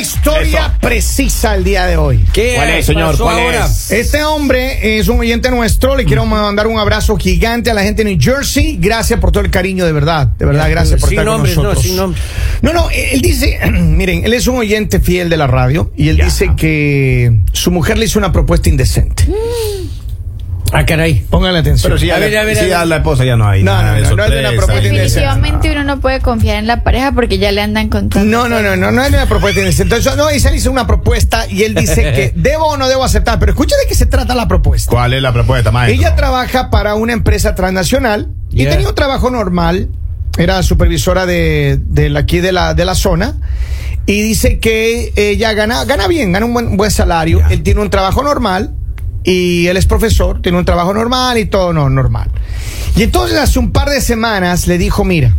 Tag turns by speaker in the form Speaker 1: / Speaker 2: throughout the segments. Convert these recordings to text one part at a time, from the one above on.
Speaker 1: historia precisa el día de hoy.
Speaker 2: ¿Qué
Speaker 3: ¿Cuál es, señor?
Speaker 2: pasó
Speaker 3: ¿Cuál
Speaker 2: ahora?
Speaker 3: es?
Speaker 1: Este hombre es un oyente nuestro. Le quiero
Speaker 2: Mm.
Speaker 1: mandar un abrazo gigante a la gente de New Jersey. Gracias por todo el cariño, de verdad. De verdad, gracias por
Speaker 2: Sin
Speaker 1: estar
Speaker 2: nombres,
Speaker 1: con
Speaker 2: no,
Speaker 1: nosotros.
Speaker 2: sin nombres.
Speaker 1: No, no, e, él dice, miren, él es un oyente fiel de la radio y él
Speaker 2: Ya.
Speaker 1: dice que su mujer le hizo una propuesta indecente.
Speaker 2: Mm. Ah, caray.
Speaker 1: Pónganle atención.
Speaker 3: Pero si ya,
Speaker 2: A
Speaker 3: la-
Speaker 2: ver, a ver,
Speaker 3: si
Speaker 2: a
Speaker 3: ya
Speaker 2: ver.
Speaker 3: la esposa ya no hay.
Speaker 1: No,
Speaker 3: nada
Speaker 1: no,
Speaker 3: de
Speaker 1: no, no es de una
Speaker 3: sorpresa,
Speaker 1: propuesta
Speaker 3: nada.
Speaker 4: Definitivamente uno no puede confiar en la pareja porque ya le andan contando.
Speaker 1: No, no, no, no, no es una propuesta indecente. Entonces, no, dice, él hizo una propuesta y él dice que debo o no debo aceptar. Pero escucha de qué se trata la propuesta.
Speaker 3: ¿Cuál es la propuesta, maestro?
Speaker 1: Ella trabaja para una empresa transnacional y
Speaker 2: Yeah.
Speaker 1: tenía un trabajo normal. Era supervisora de, de la- aquí de la, de la zona. Y dice que ella gana, gana bien, gana un buen, un buen salario.
Speaker 3: Yeah.
Speaker 1: Él tiene un trabajo normal y él es profesor, tiene un trabajo normal y todo no, normal. Y entonces hace un par de semanas le dijo, mira,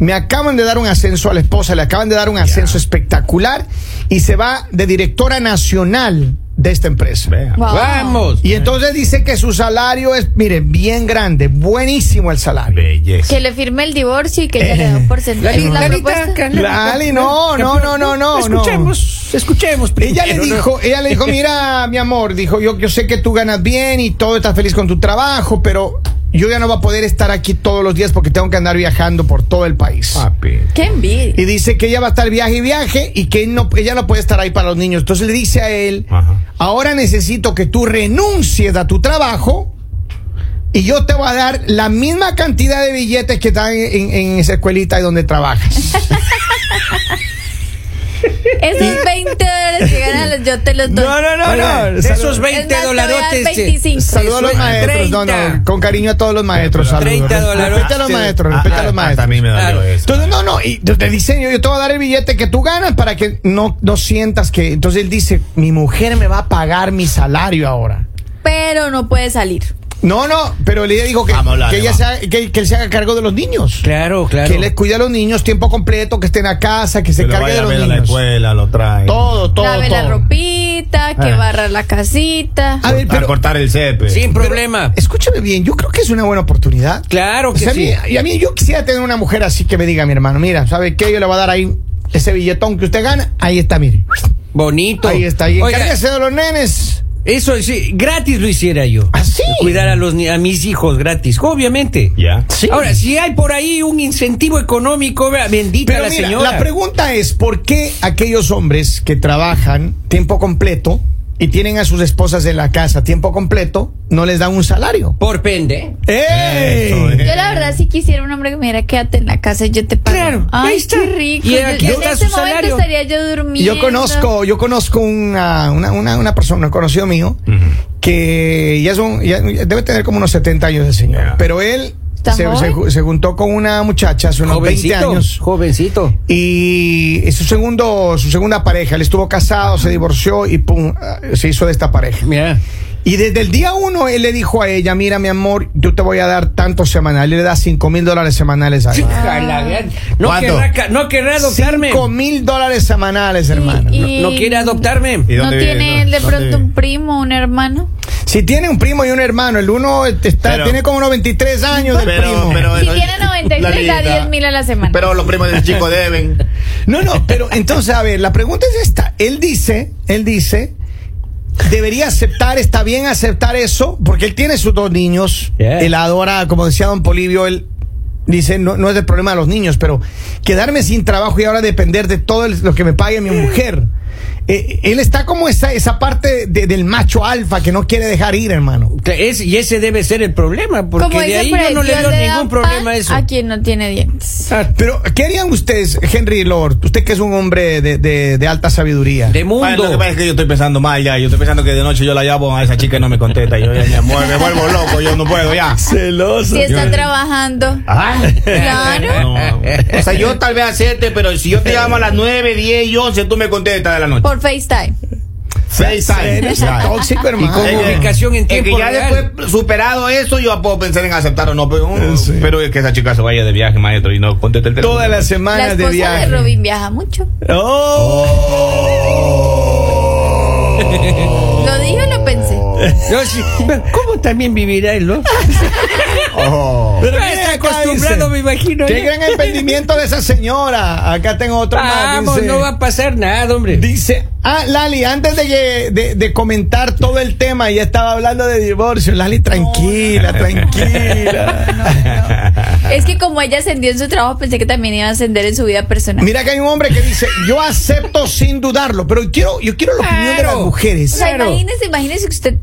Speaker 1: me acaban de dar un ascenso a la esposa, le acaban de dar un ascenso espectacular y se va de directora nacional de esta empresa.
Speaker 3: Vea.
Speaker 4: Wow.
Speaker 2: Vamos.
Speaker 1: Y entonces dice que su salario es, mire, bien grande, buenísimo el salario.
Speaker 3: Belleza.
Speaker 4: Que le firme el divorcio y que ella le
Speaker 2: Eh,
Speaker 4: da un porcentaje.
Speaker 2: Lali,
Speaker 4: ¿Es la
Speaker 2: Lalita,
Speaker 4: propuesta?
Speaker 2: Carla,
Speaker 1: Lali, no, no, no, no, no,
Speaker 2: ¿Eh? Escuchemos, escuchemos.
Speaker 1: Ella le
Speaker 2: primero, ¿no?
Speaker 1: dijo, ella le dijo, mira, mi amor, dijo, yo, yo sé que tú ganas bien y todo estás feliz con tu trabajo, pero yo ya no voy a poder estar aquí todos los días porque tengo que andar viajando por todo el país.
Speaker 3: Papi.
Speaker 4: Qué envidia.
Speaker 1: Y dice que ella va a estar viaje y viaje y que él no, ella no puede estar ahí para los niños. Entonces le dice a él,
Speaker 3: Ajá.
Speaker 1: ahora necesito que tú renuncies a tu trabajo y yo te voy a dar la misma cantidad de billetes que están en, en esa escuelita ahí donde trabajas.
Speaker 4: Esos 20 dólares que ganan yo te los doy.
Speaker 2: No, no, no,
Speaker 1: Oiga,
Speaker 2: no.
Speaker 1: saludos.
Speaker 2: Esos 20
Speaker 4: Es más, te voy a dar
Speaker 2: dolarotes. eh,
Speaker 4: 25.
Speaker 1: Saludos a los
Speaker 2: Eso,
Speaker 1: maestros, no, no,
Speaker 2: 30.
Speaker 1: con cariño a todos los maestros.
Speaker 3: Pero
Speaker 1: Saludos.
Speaker 2: 30 dólares.
Speaker 1: Respeta a los maestros,
Speaker 3: Ah,
Speaker 1: respeta a
Speaker 3: ah,
Speaker 1: los
Speaker 3: hasta a mí
Speaker 1: maestros.
Speaker 3: me dolió
Speaker 2: Claro.
Speaker 3: eso.
Speaker 1: Entonces, no, no, y te dicen, yo, yo te voy a dar el billete que tú ganas para que no, no sientas que... Entonces él dice, mi mujer me va a pagar mi salario ahora.
Speaker 4: Pero no puede salir.
Speaker 1: No, no, pero ella dijo que,
Speaker 3: Vamos a hablar,
Speaker 1: que, ella
Speaker 3: vamos.
Speaker 1: se haga- que, que él se haga cargo de los niños.
Speaker 2: Claro, claro.
Speaker 1: Que les cuide a los niños tiempo completo, que estén a casa, que se
Speaker 3: Que lo
Speaker 1: cargue de
Speaker 3: vaya a
Speaker 1: los
Speaker 3: ver a la
Speaker 1: niños.
Speaker 3: escuela, lo trae.
Speaker 1: Todo, todo,
Speaker 4: Lave la
Speaker 1: todo.
Speaker 4: ropita, que
Speaker 1: Ah.
Speaker 4: barra la casita.
Speaker 2: Ah.
Speaker 1: A ver,
Speaker 3: a
Speaker 1: pero
Speaker 3: cortar el cepe.
Speaker 2: Sin problema.
Speaker 1: escúchame bien, yo creo que es una buena oportunidad.
Speaker 2: Claro
Speaker 1: O
Speaker 2: que
Speaker 1: sea, a
Speaker 2: sí.
Speaker 1: mí- y a mí yo quisiera tener una mujer así que me diga, mi hermano, mira, ¿sabe qué? Yo le voy a dar ahí ese billetón que usted gana. Ahí está, mire.
Speaker 2: Bonito.
Speaker 1: Ahí está. Y
Speaker 2: Oiga,
Speaker 1: encárguese de los nenes.
Speaker 2: eso sí, gratis lo hiciera yo.
Speaker 1: ¿Ah, sí?
Speaker 2: Cuidar a los ni- a mis hijos gratis, obviamente.
Speaker 3: Ya.
Speaker 1: Sí.
Speaker 2: Ahora, si hay por ahí un incentivo económico, vea, bendita
Speaker 1: Pero
Speaker 2: la
Speaker 1: mira,
Speaker 2: señora.
Speaker 1: la pregunta es, ¿por qué aquellos hombres que trabajan tiempo completo y tienen a sus esposas en la casa tiempo completo, no les dan un salario?
Speaker 2: Por pende.
Speaker 3: Eso
Speaker 1: ¡Ey!
Speaker 3: es.
Speaker 4: Yo la verdad sí quisiera un hombre que me dijera quédate en la casa y yo te pago.
Speaker 2: Claro,
Speaker 4: Ay,
Speaker 2: ahí está.
Speaker 4: qué rico.
Speaker 2: Y
Speaker 4: Yo-
Speaker 2: aquí
Speaker 4: en
Speaker 2: está
Speaker 4: este
Speaker 2: su
Speaker 4: momento
Speaker 2: salario.
Speaker 4: estaría yo durmiendo.
Speaker 1: Yo conozco, yo conozco una, una, una, una persona, un conocido mío,
Speaker 3: Ujú.
Speaker 1: que ya es un, ya- ya debe tener como unos 70 años de señor,
Speaker 3: Ya.
Speaker 1: pero él
Speaker 4: ¿Está
Speaker 1: se, se
Speaker 4: joven?
Speaker 1: ju- se juntó con una muchacha hace unos 20
Speaker 2: Jovencito,
Speaker 1: años.
Speaker 2: jovencito.
Speaker 1: Y es su segundo, su segunda pareja, él estuvo casado, se divorció y pum, ah, se hizo de esta pareja.
Speaker 2: Mira.
Speaker 1: Y desde el día uno él le dijo a ella, mira mi amor, yo te voy a dar tanto semanal. Él le da cinco mil dólares semanales a ella.
Speaker 2: Hija de
Speaker 4: Ah.
Speaker 2: la gran- No
Speaker 3: ¿Cuánto?
Speaker 2: querrá, ca- no querrá adoptarme.
Speaker 1: Cinco mil dólares semanales, hermano.
Speaker 4: Y-
Speaker 2: No quiere adoptarme.
Speaker 1: Eh.
Speaker 3: ¿Y
Speaker 4: ¿No
Speaker 3: dónde vive?
Speaker 4: tiene él de
Speaker 3: ¿Dónde vive?
Speaker 4: pronto un primo, un hermano?
Speaker 1: Si tiene un primo y un hermano, el uno este, está,
Speaker 3: Pero-
Speaker 1: tiene como unos 23 años del
Speaker 3: Pero-
Speaker 1: primo.
Speaker 3: pero-
Speaker 4: si
Speaker 3: bueno,
Speaker 4: tiene 93, da
Speaker 3: Lalita.
Speaker 4: 10 mil a la semana.
Speaker 3: Pero los primos del chico deben.
Speaker 1: No, no, pero entonces, a ver, la pregunta es esta. Él dice, él dice, debería aceptar, está bien aceptar eso, porque él tiene sus dos niños,
Speaker 2: Yeah.
Speaker 1: él adora, como decía don Polivio, él dice, no, no es el problema de los niños, pero quedarme sin trabajo y ahora depender de todo el- lo que me pague mi mujer. Eh, él está como esa, esa parte de- del macho alfa que no quiere dejar ir, hermano.
Speaker 2: Es- y ese debe ser el problema, porque
Speaker 4: Como
Speaker 2: de
Speaker 4: dice
Speaker 2: ahí
Speaker 4: por
Speaker 2: yo
Speaker 4: ahí,
Speaker 2: no le
Speaker 4: Dios
Speaker 2: veo
Speaker 4: da
Speaker 2: ningún problema
Speaker 4: pan
Speaker 2: a eso.
Speaker 4: A quien no tiene dientes.
Speaker 2: Ah,
Speaker 1: Pero, ¿qué harían ustedes, Henry Lord? Usted que es un hombre de, de- de alta sabiduría.
Speaker 2: De
Speaker 3: Bueno,
Speaker 2: mundo.
Speaker 3: lo que pasa es que yo estoy pensando mal ya. Yo estoy pensando que de noche yo la llamo a esa chica y no me contesta. Yo ya me vuelvo, me vuelvo loco, yo no puedo ya.
Speaker 1: celoso.
Speaker 4: Si está trabajando. Claro.
Speaker 3: No. O sea, yo tal vez acepte, pero si yo te llamo a las 9, 10 y 11, tú me contestas de la noche.
Speaker 4: Por FaceTime.
Speaker 3: FaceTime.
Speaker 1: Tóxico, hermano.
Speaker 2: con
Speaker 3: Es que-
Speaker 2: comunicación en
Speaker 3: es
Speaker 2: tiempo
Speaker 3: que ya
Speaker 2: real.
Speaker 3: después superado eso, yo puedo pensar en aceptar o no. Pero, uh,
Speaker 1: Sí.
Speaker 3: pero es que esa chica se vaya de viaje, maestro, y no conteste el teléfono.
Speaker 1: Todas las
Speaker 4: La
Speaker 1: semanas de
Speaker 4: esposa de
Speaker 1: viaje.
Speaker 4: Robin viaja mucho.
Speaker 1: Oh.
Speaker 3: Oh.
Speaker 4: Lo dije o lo pensé.
Speaker 2: No, sí. ¿Cómo también vivirá el loco?
Speaker 3: Oh.
Speaker 2: Pero
Speaker 1: Mira,
Speaker 2: está
Speaker 1: acá
Speaker 2: acostumbrado,
Speaker 1: dice,
Speaker 2: me imagino.
Speaker 1: Qué
Speaker 2: ya.
Speaker 1: gran emprendimiento de esa señora. Acá tengo otro más.
Speaker 2: Vamos,
Speaker 1: dice-
Speaker 2: no va a pasar nada, hombre.
Speaker 1: Dice, ah, Lali, antes de, que- de, de comentar todo el tema, ya estaba hablando de divorcio. Lali, tranquila, tranquila.
Speaker 4: Es que como ella ascendió en su trabajo, pensé que también iba a ascender en su vida personal.
Speaker 1: Mira que hay un hombre que dice, yo acepto sin dudarlo, pero quiero, yo quiero la opinión de las
Speaker 2: Claro.
Speaker 4: o
Speaker 1: mujeres.
Speaker 4: sea,
Speaker 2: claro.
Speaker 4: imagínese, imagínese que usted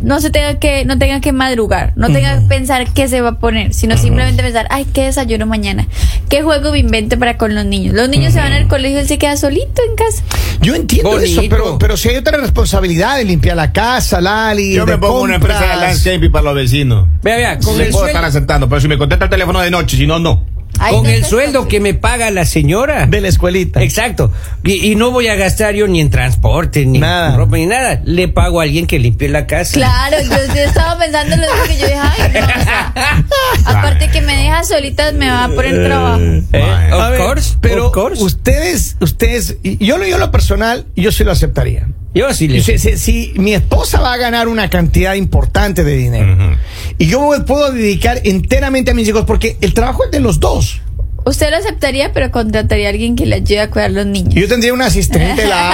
Speaker 4: no se tenga que, no tenga que madrugar, no tenga que pensar qué se va a poner, sino simplemente pensar, ay, qué desayuno mañana, qué juego me invento para con los niños. Los niños se van al colegio, él se queda solito en casa.
Speaker 1: Yo entiendo eso,
Speaker 2: Bonito.
Speaker 1: pero, pero si hay otra responsabilidad de limpiar la casa, Lali,
Speaker 3: Yo
Speaker 1: de
Speaker 3: me pongo una
Speaker 1: compras.
Speaker 3: empresa de landscaping para los vecinos.
Speaker 2: Vea, vea,
Speaker 3: No
Speaker 2: con
Speaker 3: le
Speaker 2: el
Speaker 3: puedo estar
Speaker 2: sueldo,
Speaker 3: aceptando, pero si me contesta el teléfono de noche, si no, no.
Speaker 4: Ay,
Speaker 2: con
Speaker 4: no
Speaker 2: el
Speaker 4: te-
Speaker 2: sueldo que me paga la señora.
Speaker 1: de la escuelita.
Speaker 2: Exacto. Y, y no voy a gastar yo ni en transporte, ni
Speaker 1: Nada.
Speaker 2: en ropa, ni nada. Le pago a alguien que limpie la casa.
Speaker 4: Claro, yo, yo estaba pensando lo mismo que yo dije, ay, no, o sea, aparte que me deja solita, me va a poner trabajo.
Speaker 2: Eh,
Speaker 3: Bueno.
Speaker 1: A
Speaker 2: Of
Speaker 1: ver,
Speaker 2: course,
Speaker 1: pero
Speaker 2: of course.
Speaker 1: ustedes, ustedes, y yo lo yo lo personal, yo sí lo aceptaría.
Speaker 2: Yo sí
Speaker 1: Y
Speaker 2: le.
Speaker 1: Si, si- si mi esposa va a ganar una cantidad importante de dinero
Speaker 3: Ujú.
Speaker 1: y yo me puedo dedicar enteramente a mis hijos porque el trabajo es de los dos.
Speaker 4: Usted lo aceptaría, pero contrataría a alguien que le ayude a cuidar a los niños.
Speaker 1: Yo tendría un asistente. la-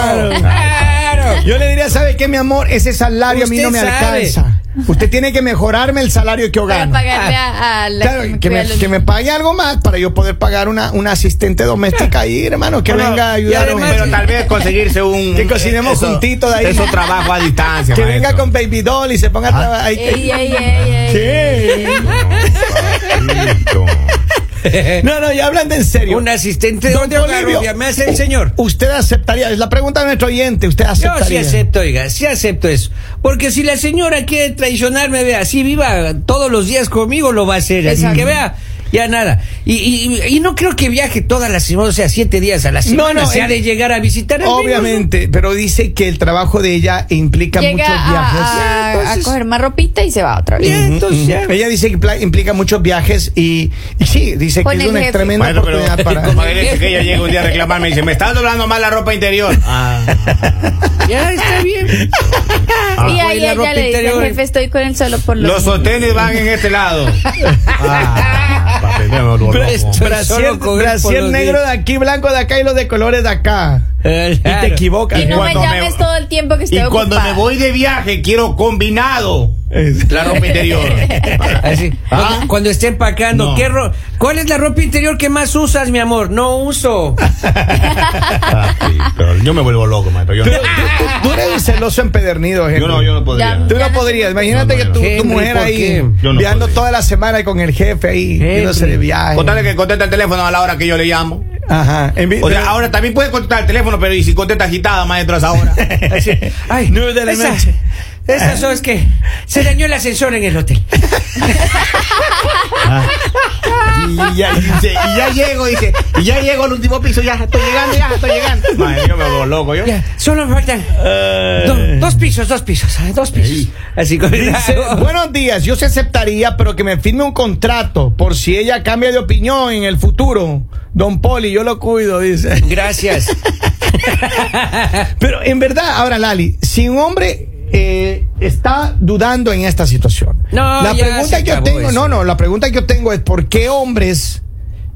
Speaker 2: Claro,
Speaker 1: claro.
Speaker 2: claro.
Speaker 1: Yo le diría, ¿sabe qué, mi amor? Ese salario a mí
Speaker 2: Usted
Speaker 1: no me
Speaker 2: sabe.
Speaker 1: alcanza. Usted tiene que mejorarme el salario que yo
Speaker 4: Para
Speaker 1: gano.
Speaker 4: pagarle a, a la
Speaker 1: Claro, que
Speaker 4: cuida a
Speaker 1: me,
Speaker 4: los
Speaker 1: que me
Speaker 4: niños.
Speaker 1: pague algo más para yo poder pagar una, una asistente doméstica ahí, hermano, que
Speaker 3: Bueno,
Speaker 1: venga a
Speaker 3: y
Speaker 1: ayudar.
Speaker 3: además- Pero tal vez conseguirse un.
Speaker 1: Que cocinemos
Speaker 3: eso-
Speaker 1: juntitos de ahí.
Speaker 3: Eso trabajo a distancia.
Speaker 1: Que
Speaker 3: maestro. Ah.
Speaker 1: venga con Baby Doll y se ponga a trabajar ahí.
Speaker 4: Ey, ey, ey, ey.
Speaker 1: ¿Qué? No, no, ya hablando en serio.
Speaker 2: Un asistente de
Speaker 1: Don
Speaker 2: donde hogar,
Speaker 1: Polibio,
Speaker 2: obvia, me hace el señor.
Speaker 1: ¿Usted aceptaría? Es la pregunta de nuestro oyente. ¿Usted
Speaker 2: Yo sí
Speaker 1: aceptaría?
Speaker 2: acepto, oiga, sí acepto eso. Porque si la señora quiere traicionarme, vea, si viva todos los días conmigo, lo va a hacer. Así
Speaker 4: Exacto.
Speaker 2: que vea, ya nada. Y, y- y no creo que viaje todas las semanas, o sea, siete días a la semana.
Speaker 1: no,
Speaker 2: se ha
Speaker 1: eh,
Speaker 2: de llegar a visitar al menos,
Speaker 1: Obviamente, pero dice que el trabajo de ella implica
Speaker 4: Llega
Speaker 1: muchos viajes.
Speaker 4: a, a-
Speaker 2: Entonces-
Speaker 4: a coger más ropita y se va otra
Speaker 2: ¿no?
Speaker 4: vez.
Speaker 2: Ya, entonces ya.
Speaker 1: Ella dice que pla- implica muchos viajes y, y sí, dice que
Speaker 4: Con
Speaker 1: es
Speaker 4: el
Speaker 1: una
Speaker 4: jefe.
Speaker 1: tremenda
Speaker 3: Maestro, pero
Speaker 1: oportunidad
Speaker 3: como
Speaker 1: para.
Speaker 3: él dice que ella llega un día a reclamarme y dice, me está doblando mal la ropa interior. Ah,
Speaker 2: Ya está bien.
Speaker 4: y
Speaker 2: Ah.
Speaker 4: ahí
Speaker 2: Y la ropa
Speaker 4: ella le dice,
Speaker 2: interior.
Speaker 4: jefe, estoy con él solo por los
Speaker 3: los
Speaker 4: niños".
Speaker 3: sostenes van en este lado. Ah, papi, me volvo
Speaker 2: Pero
Speaker 3: loco.
Speaker 2: esto-
Speaker 1: Brasier,
Speaker 2: Solo con él
Speaker 1: brasier
Speaker 2: por los
Speaker 1: negro de
Speaker 2: días.
Speaker 1: aquí, blanco de acá y los de colores de acá.
Speaker 2: Eh,
Speaker 1: Y
Speaker 2: claro.
Speaker 1: te equivocas.
Speaker 4: Y no me
Speaker 3: Cuando me-
Speaker 4: llames todo el tiempo que
Speaker 3: Y
Speaker 4: estoy
Speaker 3: cuando
Speaker 4: ocupada.
Speaker 3: me voy de viaje, quiero combinado la ropa interior.
Speaker 2: Así.
Speaker 3: Ah.
Speaker 2: Cuando esté empacando,
Speaker 3: No.
Speaker 2: ¿qué ro- ¿cuál es la ropa interior que más usas, mi amor? No uso.
Speaker 3: Papi, pero yo me vuelvo loco, maestro. Yo,
Speaker 1: Tú, tú- tú eres un celoso empedernido,
Speaker 3: yo no, yo no podría.
Speaker 4: Ya.
Speaker 1: Tú
Speaker 4: Ya
Speaker 1: no
Speaker 4: no
Speaker 1: podrías.
Speaker 4: sé.
Speaker 1: Imagínate
Speaker 3: No, no,
Speaker 1: que tu,
Speaker 2: no.
Speaker 1: tu
Speaker 2: Henry,
Speaker 1: mujer
Speaker 2: ¿por
Speaker 1: ahí
Speaker 2: qué?
Speaker 3: Yo no
Speaker 1: viajando
Speaker 3: podría.
Speaker 1: toda la semana con el jefe ahí, yéndose de
Speaker 2: Henry.
Speaker 1: viaje.
Speaker 3: Contarle que contesta el teléfono a la hora que yo le llamo.
Speaker 1: Ajá. En vi-
Speaker 3: O sea, ahora también puede contestar el teléfono, pero ¿y si contesta agitada, maestro, a esa hora?
Speaker 2: Así. Ay,
Speaker 1: Nueve de la
Speaker 2: esa-
Speaker 1: noche.
Speaker 2: Esas son es que se dañó el ascensor en el hotel.
Speaker 3: Y ya, y dice, y ya llego, dice, y ya llego al último piso, ya estoy llegando, ya estoy llegando. Madre, yo me vuelvo loco, yo.
Speaker 2: Ya, solo me faltan do- dos pisos, dos pisos, ah, dos pisos. Así con
Speaker 1: Dice, buenos días, yo se aceptaría, pero que me firme un contrato por si ella cambia de opinión en el futuro. Don Poli, yo lo cuido, dice.
Speaker 2: Gracias.
Speaker 1: Pero en verdad, ahora Lali, si un hombre eh, está dudando en esta situación,
Speaker 2: No,
Speaker 1: la
Speaker 2: ya
Speaker 1: pregunta
Speaker 2: se
Speaker 1: que yo
Speaker 2: acabó
Speaker 1: tengo,
Speaker 2: eso.
Speaker 1: no, no, la pregunta que yo tengo es por qué hombres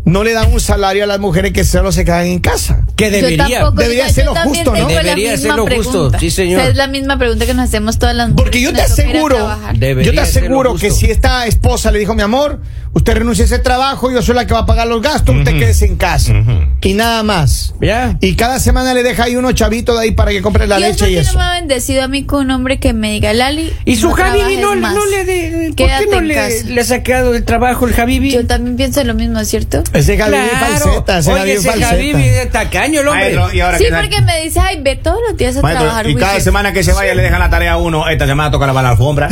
Speaker 1: no le dan un salario a las mujeres que solo se quedan en casa.
Speaker 2: Que debería.
Speaker 4: yo tampoco,
Speaker 1: Debería
Speaker 4: yo- yo
Speaker 1: ser lo
Speaker 4: también
Speaker 1: justo, ¿no?
Speaker 4: tengo la
Speaker 2: Debería
Speaker 4: misma
Speaker 2: ser lo justo,
Speaker 4: pregunta.
Speaker 2: sí, señor.
Speaker 4: O sea, es la misma pregunta que nos hacemos todas las mujeres.
Speaker 1: Porque yo
Speaker 4: que
Speaker 1: te
Speaker 4: nos toca ir a
Speaker 1: aseguro,
Speaker 4: trabajar.
Speaker 1: yo te
Speaker 2: Debería ser lo
Speaker 1: aseguro que
Speaker 2: justo.
Speaker 1: si esta esposa le dijo, mi amor, usted renuncia a ese trabajo, yo soy la que va a pagar los gastos, usted
Speaker 3: Ujú.
Speaker 1: quédese en casa.
Speaker 3: Ujú.
Speaker 1: Y nada más.
Speaker 2: Ya.
Speaker 1: Y cada semana le deja ahí unos chavitos de ahí para que compre la
Speaker 4: Dios,
Speaker 1: leche
Speaker 4: ¿por
Speaker 1: y
Speaker 4: qué
Speaker 1: eso.
Speaker 4: no me ha bendecido a mí con un hombre que me diga, Lali.
Speaker 2: Y su
Speaker 4: no
Speaker 2: Javibi
Speaker 4: trabajes
Speaker 2: no,
Speaker 4: más.
Speaker 2: no le de, ¿Por
Speaker 4: Quédate
Speaker 2: qué no
Speaker 4: en
Speaker 2: le,
Speaker 4: casa.
Speaker 2: le ha sacado el trabajo el Javibi?
Speaker 4: Yo también pienso lo mismo, ¿cierto?
Speaker 1: Ese Javi bien falseta, ese Javi
Speaker 2: Oye,
Speaker 1: bien
Speaker 2: ese
Speaker 1: falseta.
Speaker 2: Javibi es tacaño el hombre.
Speaker 3: Maestro, y ahora
Speaker 4: Sí,
Speaker 3: que na-
Speaker 4: porque me dice, ay, ve todos los días a
Speaker 3: Maestro,
Speaker 4: trabajar.
Speaker 3: y cada
Speaker 4: Wilfred".
Speaker 3: semana que se vaya le dejan la tarea a uno. Esta semana toca lavar la alfombra.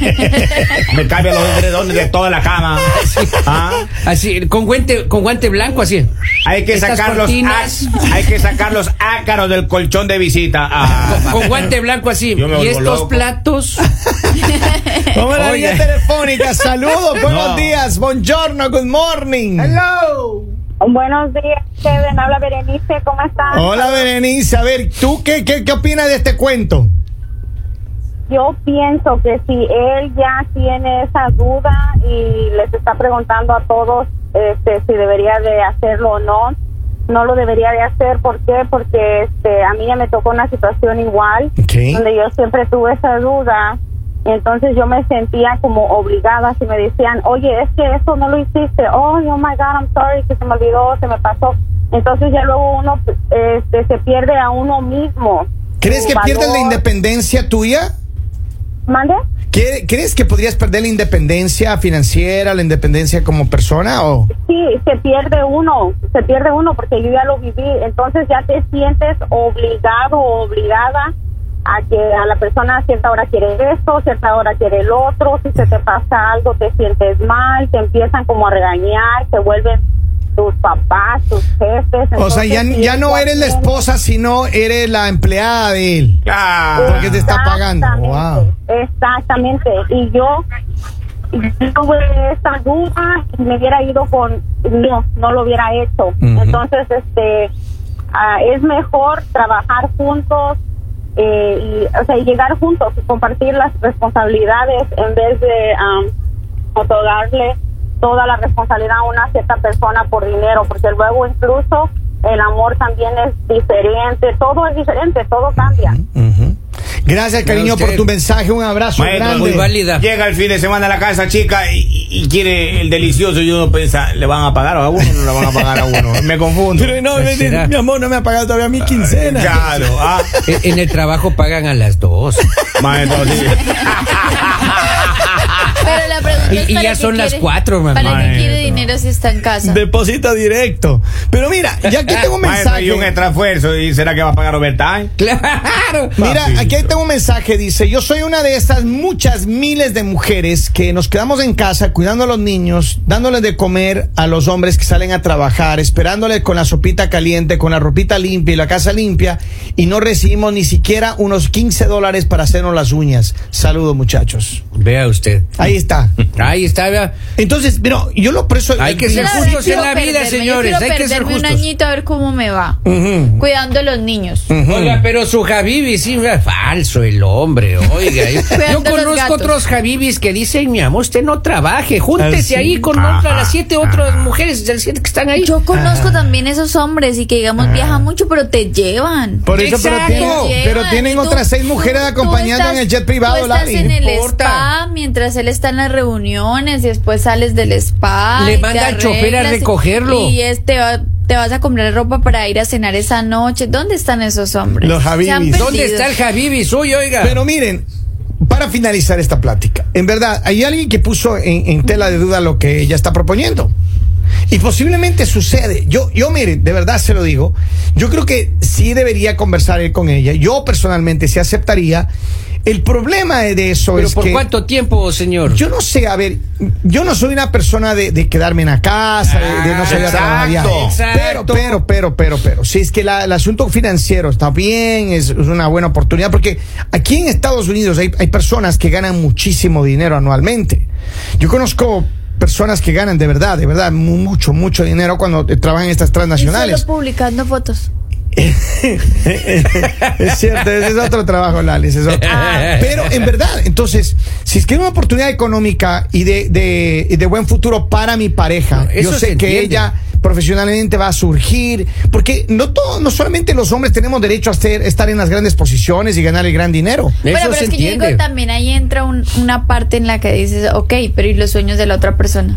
Speaker 3: Me cambia los edredones de toda la cama. Ah,
Speaker 2: Así, con guante, con guante blanco, así.
Speaker 3: Hay que
Speaker 2: Estas
Speaker 3: sacar los
Speaker 2: cortinas.
Speaker 3: ac- hay que sacar los ácaros del colchón de visita. Ah,
Speaker 2: Con, con guante blanco, así.
Speaker 3: Yo me
Speaker 2: Y
Speaker 3: vuelvo
Speaker 2: estos
Speaker 3: loco.
Speaker 2: platos.
Speaker 1: Vamos a la
Speaker 2: Oye.
Speaker 1: línea telefónica. Saludos, buenos
Speaker 3: No.
Speaker 1: días, buongiorno, good morning.
Speaker 5: Buenos días, Kevin. Habla Berenice. ¿Cómo estás?
Speaker 1: Hola, Berenice. A ver, ¿tú qué, qué, qué opinas de este cuento?
Speaker 5: yo pienso que si él ya tiene esa duda y les está preguntando a todos este, si debería de hacerlo o no, no lo debería de hacer. ¿Por qué? Porque este, a mí ya me tocó una situación igual,
Speaker 1: Sí.
Speaker 5: donde yo siempre tuve esa duda. Y entonces yo me sentía como obligada si me decían, oye, es que eso no lo hiciste. Oh, oh my God, I'm sorry, que se me olvidó, se me pasó. Entonces ya luego uno este, se pierde a uno mismo.
Speaker 1: ¿Crees
Speaker 5: su
Speaker 1: que pierdas la
Speaker 5: valor.
Speaker 1: independencia tuya?
Speaker 5: ¿Mande?
Speaker 1: ¿Qué- ¿Crees que podrías perder la independencia financiera, la independencia como persona? O...
Speaker 5: sí, se pierde uno, se pierde uno porque yo ya lo viví, entonces ya te sientes obligado o obligada a que a la persona a cierta hora quiere esto, a cierta hora quiere el otro, si se te pasa algo te sientes mal, te empiezan como a regañar, te vuelven tus papás, tus jefes.
Speaker 1: O sea,
Speaker 5: entonces
Speaker 1: ya,
Speaker 5: sí,
Speaker 1: ya no eres la
Speaker 5: cualquier-
Speaker 1: esposa, sino eres la empleada de él.
Speaker 3: Claro.
Speaker 1: Porque te está pagando. Wow.
Speaker 5: Exactamente, Exactamente. Y yo yo tuve esa duda y me hubiera ido con no, no lo hubiera hecho.
Speaker 1: Ujú.
Speaker 5: Entonces, este, ah, es mejor trabajar juntos. eh, y, o sea, y llegar juntos y compartir las responsabilidades en vez de am, otorgarle toda la responsabilidad a una cierta persona por dinero, porque luego incluso el amor también es diferente, todo es diferente, todo cambia.
Speaker 1: Ujú. Gracias, cariño, por
Speaker 2: usted.
Speaker 1: tu mensaje. Un abrazo
Speaker 3: Maestro,
Speaker 1: grande.
Speaker 2: muy válida.
Speaker 3: Llega el fin de semana a la casa chica y, y- y quiere el delicioso y uno piensa, ¿le van a pagar a uno o no le van a pagar a uno? Me confundo.
Speaker 1: Pero no,
Speaker 2: ¿Qué será?
Speaker 1: mi amor, no me ha pagado todavía mi quincena.
Speaker 3: Claro, ah,
Speaker 2: E- En el trabajo pagan a las dos.
Speaker 3: maestro, sí.
Speaker 4: Pero la pregunta
Speaker 2: Y-
Speaker 4: es
Speaker 2: y
Speaker 4: para
Speaker 2: ya
Speaker 4: qué
Speaker 2: son las
Speaker 4: quiere-
Speaker 2: cuatro, mamá.
Speaker 4: ¿Para qué quiere
Speaker 3: Maestro.
Speaker 4: dinero si está en casa?
Speaker 1: Deposita directo. Pero mira, ya aquí tengo un
Speaker 3: Maestro, y un
Speaker 1: mensaje.
Speaker 3: extra esfuerzo. ¿Y será que va a pagar overtime?
Speaker 2: Claro.
Speaker 1: Mira,
Speaker 3: Papito.
Speaker 1: aquí tengo un mensaje, dice, yo soy una de esas muchas miles de mujeres que nos quedamos en casa cuidando a los niños, dándoles de comer a los hombres que salen a trabajar, esperándoles con la sopita caliente, con la ropita limpia y la casa limpia, y no recibimos ni siquiera unos 15 dólares para hacernos las uñas. Saludos muchachos.
Speaker 2: Vea usted.
Speaker 1: Ahí está.
Speaker 2: Ahí está, vea.
Speaker 1: Entonces, pero yo lo preso...
Speaker 2: Hay que
Speaker 4: Yo
Speaker 2: ser
Speaker 4: la verdad
Speaker 2: justos
Speaker 4: quiero
Speaker 2: en la vida,
Speaker 4: perderme, yo
Speaker 2: señores,
Speaker 4: quiero
Speaker 2: hay que ser
Speaker 4: perderme un
Speaker 2: justos.
Speaker 4: añito a ver cómo me va.
Speaker 1: Ujú.
Speaker 4: Cuidando a los niños.
Speaker 1: Ujú.
Speaker 2: Oiga, pero su Javibis sí fue falso el hombre, oiga. Yo,
Speaker 4: Cuidando
Speaker 2: yo
Speaker 4: los
Speaker 2: conozco
Speaker 4: gatos.
Speaker 2: otros Javibis que dicen, mi amor, usted no trabaje, júntese
Speaker 1: Ah, sí.
Speaker 2: ahí con
Speaker 3: Ajá,
Speaker 2: otra, las siete otras mujeres del siete que están ahí.
Speaker 4: Yo conozco también esos hombres y que digamos viaja mucho, pero te llevan.
Speaker 1: Por eso, pero
Speaker 2: Exacto.
Speaker 1: tienen,
Speaker 4: Te
Speaker 1: pero
Speaker 4: llevan,
Speaker 1: tienen
Speaker 4: y tú-
Speaker 1: otras seis mujeres
Speaker 4: tú- tú
Speaker 1: acompañando en
Speaker 4: estás-
Speaker 1: el jet privado,
Speaker 4: Tú estás
Speaker 1: Lali.
Speaker 4: en el
Speaker 2: No importa.
Speaker 4: spa mientras él está en las reuniones y después sales del spa.
Speaker 2: Le
Speaker 4: y te
Speaker 2: manda al chofer a
Speaker 4: arreglas y-
Speaker 2: recogerlo.
Speaker 4: Y este va- te vas a comprar ropa para ir a cenar esa noche. ¿Dónde están esos hombres?
Speaker 1: Los
Speaker 4: Se han
Speaker 1: Javibis.
Speaker 2: ¿Dónde
Speaker 4: perdido.
Speaker 2: está el Javibis hoy, oiga?
Speaker 1: Pero miren, para finalizar esta plática, en verdad, hay alguien que puso en, en tela de duda lo que ella está proponiendo. Y posiblemente sucede. Yo, yo, mire, de verdad se lo digo. Yo creo que sí debería conversar él con ella. Yo personalmente sí aceptaría. El problema de eso
Speaker 2: ¿Pero
Speaker 1: es
Speaker 2: por
Speaker 1: que.
Speaker 2: cuánto tiempo, señor?
Speaker 1: Yo no sé, a ver, yo no soy una persona de, de quedarme en la casa, de, de no salir a trabajar. ya.
Speaker 3: Exacto,
Speaker 2: Ah,
Speaker 1: Pero,
Speaker 2: exacto.
Speaker 1: pero, pero, pero, pero. Si es que la- el asunto financiero está bien, es, es una buena oportunidad, porque aquí en Estados Unidos hay, hay personas que ganan muchísimo dinero anualmente. Yo conozco personas que ganan de verdad, de verdad, mu- mucho, mucho dinero cuando eh, trabajan en estas
Speaker 4: Y solo
Speaker 1: transnacionales.
Speaker 4: publicando fotos.
Speaker 1: Es cierto, ese es otro trabajo, Lali. ese es otro.
Speaker 2: Ah.
Speaker 1: Pero en verdad, entonces, si es que hay una oportunidad económica y de, de- y de buen futuro para mi pareja,
Speaker 2: No,
Speaker 1: yo
Speaker 2: eso se
Speaker 1: sé que
Speaker 2: entiende.
Speaker 1: ella profesionalmente va a surgir, porque no todo, no solamente los hombres tenemos derecho a ser, estar en las grandes posiciones y ganar el gran dinero.
Speaker 2: Eso
Speaker 4: pero pero
Speaker 2: se
Speaker 4: es que yo
Speaker 2: entiende.
Speaker 4: digo, también ahí entra un- una parte en la que dices, ok, pero ¿y los sueños de la otra persona?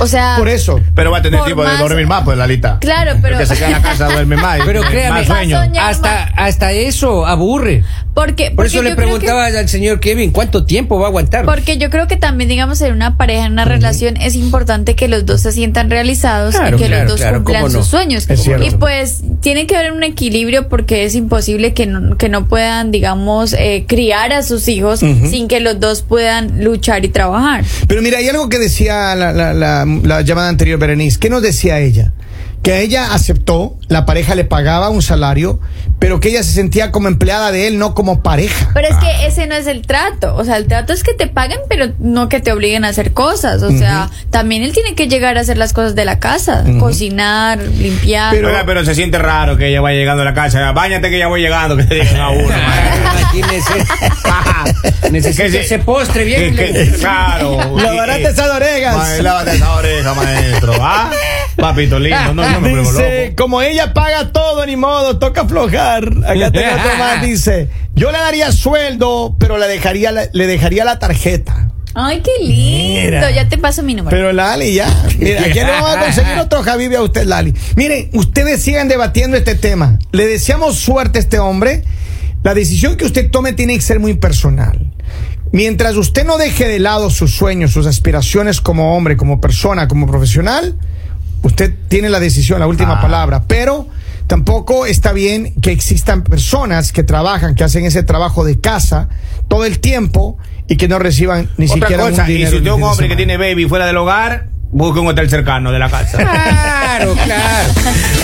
Speaker 4: O sea,
Speaker 1: Por eso.
Speaker 3: Pero va a tener
Speaker 4: Por
Speaker 3: tiempo
Speaker 4: más-
Speaker 3: de dormir más, pues, Lalita.
Speaker 4: Claro, pero-
Speaker 3: Que se queda en la casa, duerme más.
Speaker 2: Pero
Speaker 3: más
Speaker 2: créame,
Speaker 3: sueño.
Speaker 4: Pasó ya.
Speaker 2: hasta, hasta eso aburre.
Speaker 4: porque,
Speaker 2: Por
Speaker 4: porque
Speaker 2: eso le
Speaker 4: yo creo que-
Speaker 2: preguntaba al señor Kevin, ¿cuánto tiempo va a aguantar?
Speaker 4: Porque yo creo que también, digamos, en una pareja, en una relación, es importante que los dos se sientan realizados
Speaker 2: Claro,
Speaker 4: y que
Speaker 2: claro,
Speaker 4: los dos
Speaker 2: claro,
Speaker 4: cumplan
Speaker 2: cómo no.
Speaker 4: sus sueños.
Speaker 1: Es cierto.
Speaker 4: Y pues tiene que haber un equilibrio porque es imposible que no, que no puedan, digamos, eh, criar a sus hijos sin que los dos puedan luchar y trabajar.
Speaker 1: Pero mira, hay algo que decía la, la- la- la llamada anterior, Berenice. ¿Qué nos decía ella? que ella aceptó, la pareja le pagaba un salario, pero que ella se sentía como empleada de él, no como pareja.
Speaker 4: Pero es que ese no es el trato. O sea, el trato es que te paguen, pero no que te obliguen a hacer cosas. O sea, también él tiene que llegar a hacer las cosas de la casa: cocinar, limpiar.
Speaker 1: Pero-
Speaker 3: Oiga, pero se siente raro que ella vaya llegando a la casa. Báñate que ya voy llegando, que te digan a uno.
Speaker 2: Ah,
Speaker 3: man.
Speaker 2: Imagínese. Necesita
Speaker 3: Que sí.
Speaker 2: ese postre bien.
Speaker 3: Que- Ah, que- claro. Y-
Speaker 1: Lávate esas orejas.
Speaker 3: Ma- Lávate esa oreja, maestro. ¿Ah? Papito lindo, no, yo me pruebo loco.
Speaker 1: Dice, como ella paga todo, ni modo, toca aflojar. Acá tengo otro más, dice, yo le daría sueldo, pero le dejaría la, le dejaría la tarjeta.
Speaker 4: Ay, qué lindo.
Speaker 1: Mira.
Speaker 4: Ya te paso mi número.
Speaker 1: Pero Lali, ya. Mira, aquí le vamos a conseguir otro Javibe a usted, Lali. Miren, ustedes sigan debatiendo este tema. Le deseamos suerte a este hombre. La decisión que usted tome tiene que ser muy personal. Mientras usted no deje de lado sus sueños, sus aspiraciones como hombre, como persona, como profesional, usted tiene la decisión, la
Speaker 3: Ah.
Speaker 1: última palabra. Pero tampoco está bien que existan personas que trabajan, que hacen ese trabajo de casa todo el tiempo y que no reciban ni
Speaker 3: Otra
Speaker 1: siquiera un
Speaker 3: cosa, y
Speaker 1: dinero.
Speaker 3: si
Speaker 1: el fin
Speaker 3: usted es un
Speaker 1: de
Speaker 3: hombre que
Speaker 1: semana.
Speaker 3: tiene baby fuera del hogar, busque un hotel cercano de la casa.
Speaker 2: Claro, claro.